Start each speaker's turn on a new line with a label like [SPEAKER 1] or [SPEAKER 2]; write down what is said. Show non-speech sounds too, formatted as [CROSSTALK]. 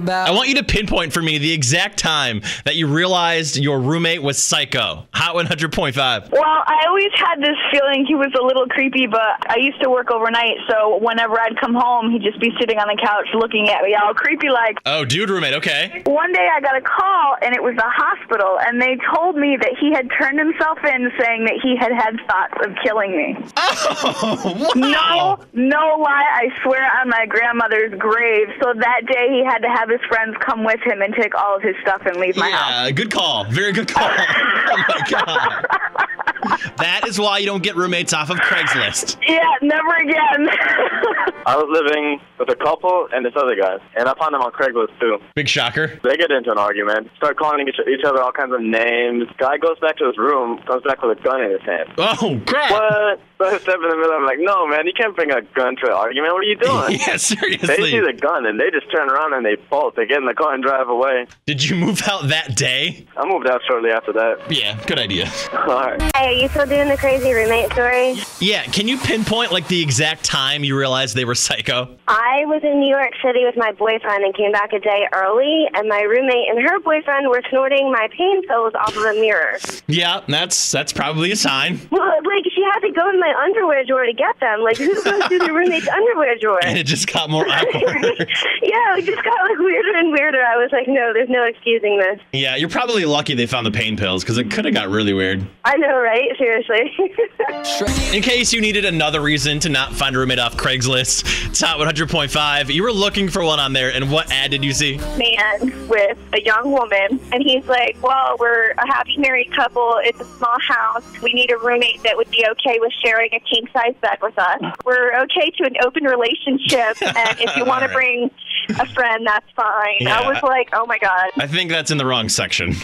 [SPEAKER 1] about.
[SPEAKER 2] I want you to pinpoint for me the exact time that you realized your roommate was psycho. Hot 100.5.
[SPEAKER 3] Well, I always had this feeling he was a little creepy, but I used to work overnight, so whenever I'd come home, he'd just be sitting on the couch looking at me all creepy like.
[SPEAKER 2] Oh, dude roommate,
[SPEAKER 4] [LAUGHS]
[SPEAKER 2] okay.
[SPEAKER 3] One day I got a call, and it was the hospital, and they told me that he had turned himself in saying that he had had thoughts of killing me.
[SPEAKER 2] Oh, wow.
[SPEAKER 3] No, no lie. I swear on my grandmother's grave. So that day he had to have his friends come with him and take all of his stuff and leave my house.
[SPEAKER 2] Yeah, good call. Very good call. [LAUGHS] oh my god. That is why you don't get roommates off of Craigslist.
[SPEAKER 3] Yeah, never again. [LAUGHS]
[SPEAKER 4] I was living with a couple and this other guy, and I found them on Craigslist too.
[SPEAKER 2] Big shocker.
[SPEAKER 4] They get into an argument, start calling each, each other all kinds of names. Guy goes back to his room, comes back with a gun in his hand.
[SPEAKER 2] Oh crap.
[SPEAKER 4] What? [LAUGHS] So I step in the middle. I'm like, no, man, you can't bring a gun to an argument. What are you
[SPEAKER 2] [LAUGHS]
[SPEAKER 4] doing?
[SPEAKER 2] Yeah,
[SPEAKER 4] they see
[SPEAKER 2] seriously.
[SPEAKER 4] the gun and they just turn around and they bolt. They get in the car and drive away.
[SPEAKER 2] Did you move out that day?
[SPEAKER 4] I moved out shortly after that. [LAUGHS]
[SPEAKER 2] Yeah, good idea.
[SPEAKER 4] All right.
[SPEAKER 5] Hey, are you still doing the crazy roommate story?
[SPEAKER 2] Yeah, can you pinpoint like the exact time you realized they were psycho?
[SPEAKER 5] I was in New York City with my boyfriend and came back a day early, and my roommate and her boyfriend were snorting my pain pills off of a mirror. [LAUGHS]
[SPEAKER 2] Yeah, that's that's probably a sign.
[SPEAKER 5] Well, like she had to go in my underwear drawer to get them. Like who goes through the roommate's underwear drawer?
[SPEAKER 2] And it just got more awkward.
[SPEAKER 5] yeah, it just got like weirder and weirder. I was like, no, there's no excusing this.
[SPEAKER 2] yeah, you're probably lucky they found the pain pills because it could have got really weird.
[SPEAKER 5] I know, right? Seriously. [LAUGHS]
[SPEAKER 1] Shrek-
[SPEAKER 2] In case you needed another reason to not find a roommate off Craigslist, it's Hot 100.5. You were looking for one on there, and what ad did you see?
[SPEAKER 3] Man with a young woman, and he's like, "Well, we're a happy married couple. It's a small house. We need a roommate that would be okay with sharing a king size bed with us. We're okay to an open relationship, and if you
[SPEAKER 2] [LAUGHS]
[SPEAKER 3] want
[SPEAKER 2] All right.
[SPEAKER 3] to bring a friend, that's fine."
[SPEAKER 2] Yeah.
[SPEAKER 3] I was like, "Oh my god."
[SPEAKER 2] I think that's in the wrong section.